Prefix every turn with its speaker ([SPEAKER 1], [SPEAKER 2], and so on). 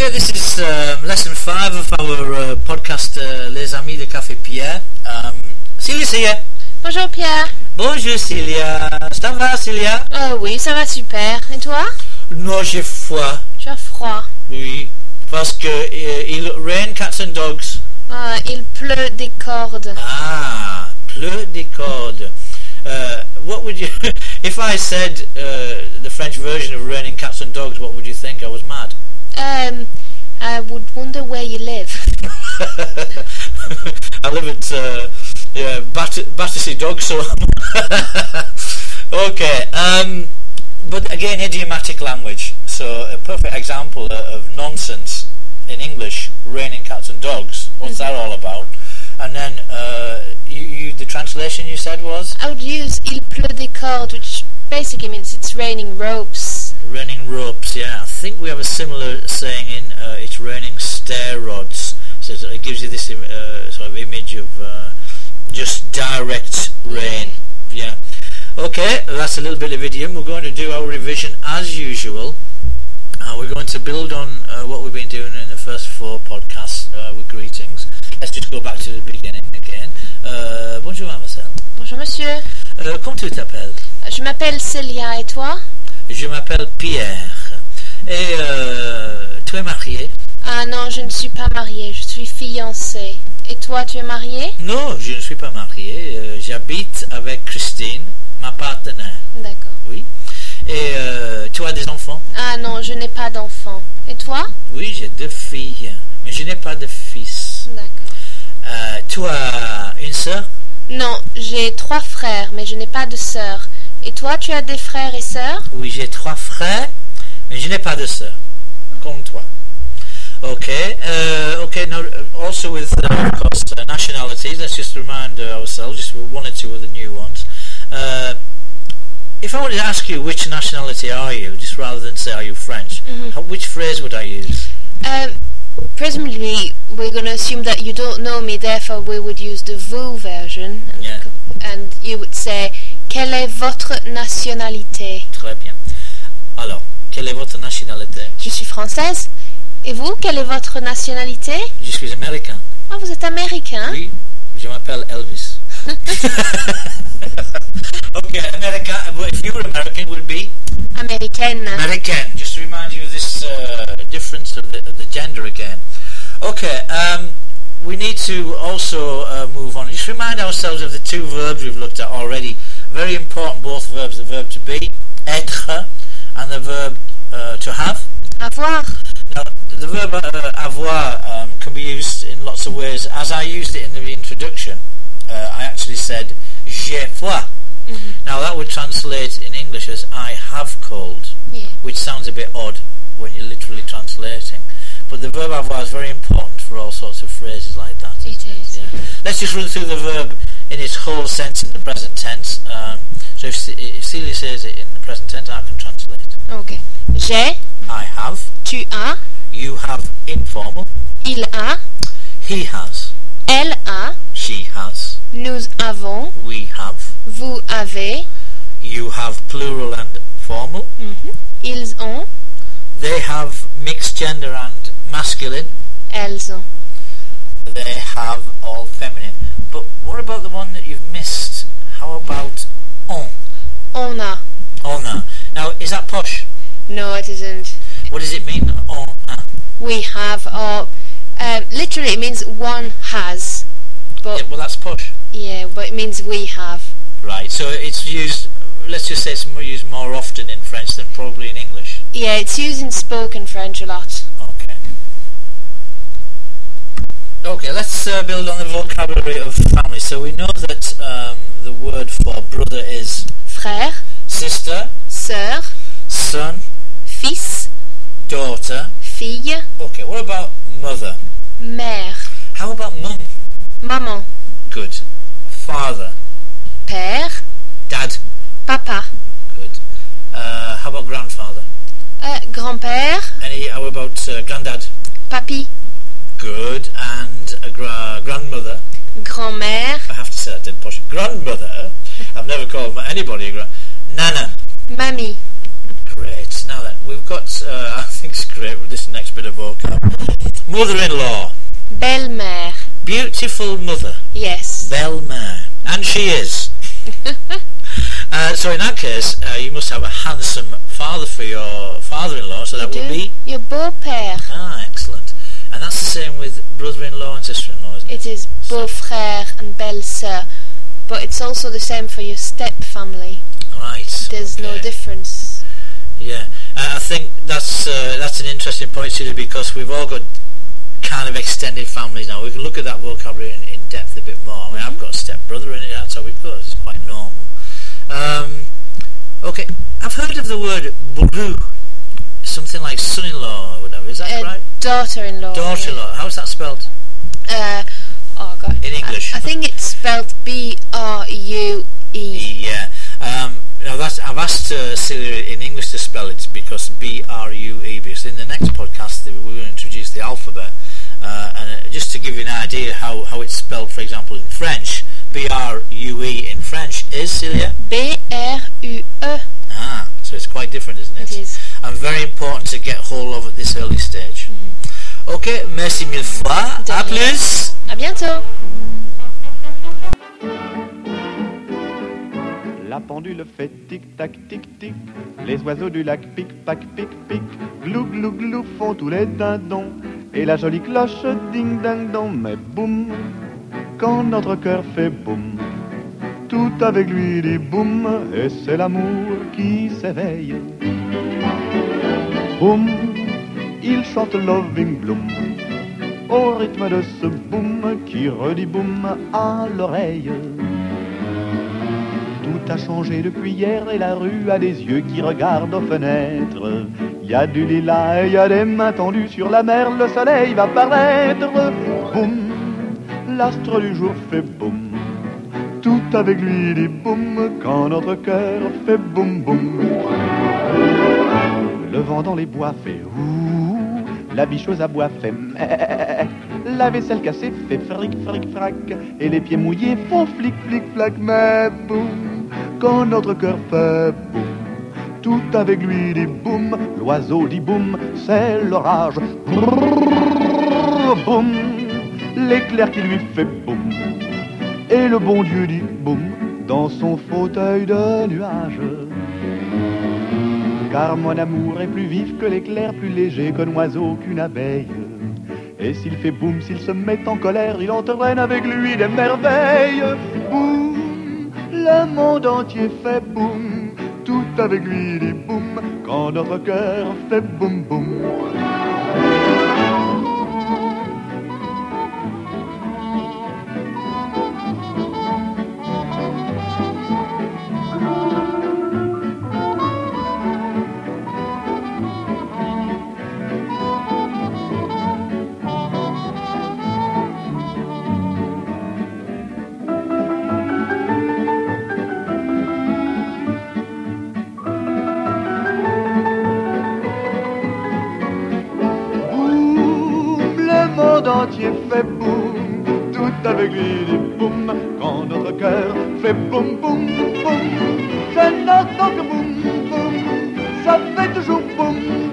[SPEAKER 1] is um, lesson five of our uh, podcast, uh, Les Amis de Café Pierre. Um, Célia, c'est hier.
[SPEAKER 2] Bonjour Pierre.
[SPEAKER 1] Bonjour Célia. Ça va Célia
[SPEAKER 2] Euh, oui, ça va super. Et toi
[SPEAKER 1] Non, j'ai froid.
[SPEAKER 2] Tu as froid.
[SPEAKER 1] Oui. Parce que euh, il rain cats and dogs.
[SPEAKER 2] Ah, il pleut des cordes.
[SPEAKER 1] Ah, pleut des cordes. Uh, what would you, if I said uh, the French version of raining cats and dogs, what would you think? I was mad.
[SPEAKER 2] Um, I would wonder where you live.
[SPEAKER 1] I live at uh, yeah, Bat- Battersea Dog so okay, um, but again, idiomatic language. So a perfect example o- of nonsense in English, raining cats and dogs. What's that all about? And then uh, you, you, the translation you said was
[SPEAKER 2] I would use il pleut des cordes, which basically means it's raining ropes.
[SPEAKER 1] raining ropes. Yeah, I think we have a similar saying in uh, it's raining stair rods. So it's- it gives you this im- uh, sort of image of uh, just direct rain. Yeah. Okay, that's a little bit of idiom. We're going to do our revision as usual. Uh, we're going to build on uh, what we've been doing in the first four podcasts uh, with greetings. Let's just go back to the beginning again. Uh, bonjour, mademoiselle.
[SPEAKER 2] Bonjour monsieur.
[SPEAKER 1] Uh, comment tu t'appelles?
[SPEAKER 2] Euh, Je m'appelle Celia et toi
[SPEAKER 1] Je m'appelle Pierre. Et euh, tu es marié
[SPEAKER 2] Ah non, je ne suis pas mariée, je suis fiancée. Et toi, tu es mariée
[SPEAKER 1] Non, je ne suis pas marié. Euh, J'habite avec Christine, ma partenaire.
[SPEAKER 2] D'accord.
[SPEAKER 1] Et euh, tu as des enfants
[SPEAKER 2] Ah non, je n'ai pas d'enfant. Et toi
[SPEAKER 1] Oui, j'ai deux filles, mais je n'ai pas de fils.
[SPEAKER 2] D'accord.
[SPEAKER 1] Euh, tu as une sœur
[SPEAKER 2] Non, j'ai trois frères, mais je n'ai pas de sœur. Et toi, tu as des frères et sœurs
[SPEAKER 1] Oui, j'ai trois frères, mais je n'ai pas de sœur, comme toi. Ok, uh, okay. Now, uh, also with uh, of course uh, nationalities. Let's just remind uh, ourselves, just one or two of the new ones. Uh, if I wanted to ask you which nationality are you, just rather than say are you French,
[SPEAKER 2] Mhm.
[SPEAKER 1] how, which phrase would I use?
[SPEAKER 2] Um, presumably, we're going to assume that you don't know me, therefore we would use the vous version. And,
[SPEAKER 1] Yeah.
[SPEAKER 2] and you would say, quelle est votre nationalité
[SPEAKER 1] Très bien. Alors, quelle est votre nationalité?
[SPEAKER 2] Je suis française. Et vous, quelle est votre nationalité
[SPEAKER 1] Je suis américain.
[SPEAKER 2] Ah, vous êtes américain
[SPEAKER 1] Oui, je m'appelle Elvis. okay, America. well, If you were American, would be
[SPEAKER 2] Américaine.
[SPEAKER 1] American. Just to remind you of this uh, difference of the, of the gender again. Okay, um, we need to also uh, move on. Just remind ourselves of the two verbs we've looked at already. Very important, both verbs: the verb to be, être, and the verb uh, to have.
[SPEAKER 2] Avoir.
[SPEAKER 1] Now, the verb uh, avoir um, can be used in lots of ways. As I used it in the introduction, uh, I actually said j'ai froid. Now that would translate in English as I have cold,
[SPEAKER 2] Yeah.
[SPEAKER 1] which sounds a bit odd when you're literally translating. But the verb avoir is very important for all sorts of phrases like that.
[SPEAKER 2] It is.
[SPEAKER 1] Yeah. Let's just run through the verb in its whole sense in the present tense. Um, so if, Ce- if Celia says it in the present tense, I can translate.
[SPEAKER 2] Ok. J'ai,
[SPEAKER 1] I have,
[SPEAKER 2] tu as,
[SPEAKER 1] you have informal,
[SPEAKER 2] il a,
[SPEAKER 1] he has.
[SPEAKER 2] elle a,
[SPEAKER 1] She has.
[SPEAKER 2] nous avons,
[SPEAKER 1] We have.
[SPEAKER 2] vous avez,
[SPEAKER 1] You have plural and formal.
[SPEAKER 2] ils ont,
[SPEAKER 1] They have mixed gender and masculine.
[SPEAKER 2] elles ont.
[SPEAKER 1] They have all feminine. But what about the one that you've missed? How about on?
[SPEAKER 2] On a.
[SPEAKER 1] On. a. Now, is that posh?
[SPEAKER 2] No, it isn't.
[SPEAKER 1] What does it mean? On. a?
[SPEAKER 2] we have or um, literally it means one has but
[SPEAKER 1] Yeah, well, that's posh.
[SPEAKER 2] yeah but it means we have
[SPEAKER 1] Right. So it's used. Let's just say it's mo- used more often in French than probably in English.
[SPEAKER 2] yeah it's used in spoken french a lot
[SPEAKER 1] Okay. Okay, let's uh, build on the vocabulary of family. So we know that um, the word for brother is
[SPEAKER 2] frère
[SPEAKER 1] sister,
[SPEAKER 2] sœur
[SPEAKER 1] son,
[SPEAKER 2] fils
[SPEAKER 1] daughter.
[SPEAKER 2] fille
[SPEAKER 1] Okay, what about mother?
[SPEAKER 2] mère
[SPEAKER 1] How about mum?
[SPEAKER 2] maman
[SPEAKER 1] Good. Father,
[SPEAKER 2] père
[SPEAKER 1] dad.
[SPEAKER 2] papa
[SPEAKER 1] Good. Uh, how about grandfather?
[SPEAKER 2] euh, grand-père
[SPEAKER 1] Any? How about uh, granddad?
[SPEAKER 2] papy
[SPEAKER 1] Good. And a gra- grandmother.
[SPEAKER 2] grand-mère
[SPEAKER 1] I have to say that did push. Grandmother. I've never called anybody a gran. Nana.
[SPEAKER 2] mamie
[SPEAKER 1] Great. Now then, we've got. Uh, I think it's great with this next bit of vocab. Mother-in-law.
[SPEAKER 2] Belle-mère.
[SPEAKER 1] Beautiful mother.
[SPEAKER 2] Yes.
[SPEAKER 1] Belle-mère. And she is. Uh, so in that case, uh, you must have a handsome father for your father-in-law. So that
[SPEAKER 2] You
[SPEAKER 1] would
[SPEAKER 2] do.
[SPEAKER 1] be
[SPEAKER 2] Your beau-père.
[SPEAKER 1] ah, excellent. And that's the same with brother-in-law and sister-in-law, isn't it?
[SPEAKER 2] It is beau-frère and belle-sœur. But it's also the same for your step-family.
[SPEAKER 1] Right.
[SPEAKER 2] There's no
[SPEAKER 1] okay.
[SPEAKER 2] difference.
[SPEAKER 1] Yeah, uh, I think that's uh, that's an interesting point, Sue, because we've all got kind of extended families now. We can look at that vocabulary in, in depth a bit more. I mean, I've got a stepbrother in it, that's how we've got. it. It's quite normal. Um, okay, I've heard of the word bru, something like son-in-law or whatever. Is that
[SPEAKER 2] Uh,
[SPEAKER 1] right?
[SPEAKER 2] Daughter-in-law. yeah.
[SPEAKER 1] Daughter-in-law. How's that spelled?
[SPEAKER 2] Uh, oh God.
[SPEAKER 1] In English.
[SPEAKER 2] I, I think it's spelled B R U E.
[SPEAKER 1] Yeah. Um, now that's I've asked uh, Celia in English to spell it because B R U E. Because in the next podcast that we're going to introduce the alphabet, uh, and uh, just to give you an idea how, how it's spelled, for example, in French, B R U E in French is Celia.
[SPEAKER 2] B R U E.
[SPEAKER 1] Ah, so it's quite different, isn't it?
[SPEAKER 2] It is.
[SPEAKER 1] And very important to get hold of at this early stage. Okay, merci mille fois.
[SPEAKER 2] De
[SPEAKER 1] À
[SPEAKER 2] rien.
[SPEAKER 1] plus.
[SPEAKER 2] À bientôt.
[SPEAKER 3] La pendule fait tic-tac, tic-tic. Les oiseaux du lac pic-pac, pic-pic. Glou-glou-glou font tous les dindons. Et la jolie cloche ding-ding-dong. Mais boum, quand notre cœur fait boum, tout avec lui dit boum. Et c'est l'amour qui s'éveille. Boum, il chante Loving Bloom. Au rythme de ce boum qui redit boum à l'oreille. Tout a changé depuis hier et la rue a des yeux qui regardent aux fenêtres. Il y a du lilas et il y a des mains tendues sur la mer, le soleil va paraître. Boum, l'astre du jour fait boum. Tout avec lui dit boum quand notre cœur fait boum boum. Le vent dans les bois fait ouh, la bicheuse à bois fait meh, la vaisselle cassée fait fric fric frac, et les pieds mouillés font flic flic flac, mais boum, quand notre cœur fait boum, tout avec lui dit boum, l'oiseau dit boum, c'est l'orage, Brrr, boum, l'éclair qui lui fait boum, et le bon Dieu dit boum, dans son fauteuil de nuages. Car mon amour est plus vif que l'éclair, plus léger qu'un oiseau, qu'une abeille. Et s'il fait boum, s'il se met en colère, il entraîne avec lui des merveilles. Boum, le monde entier fait boum, tout avec lui dit boum, quand notre cœur fait boum boum. boum, le monde entier fait boum, tout avec lui dit boum, quand notre cœur fait boum, boum, boum, je n'entends que boum, boum, ça fait toujours boum,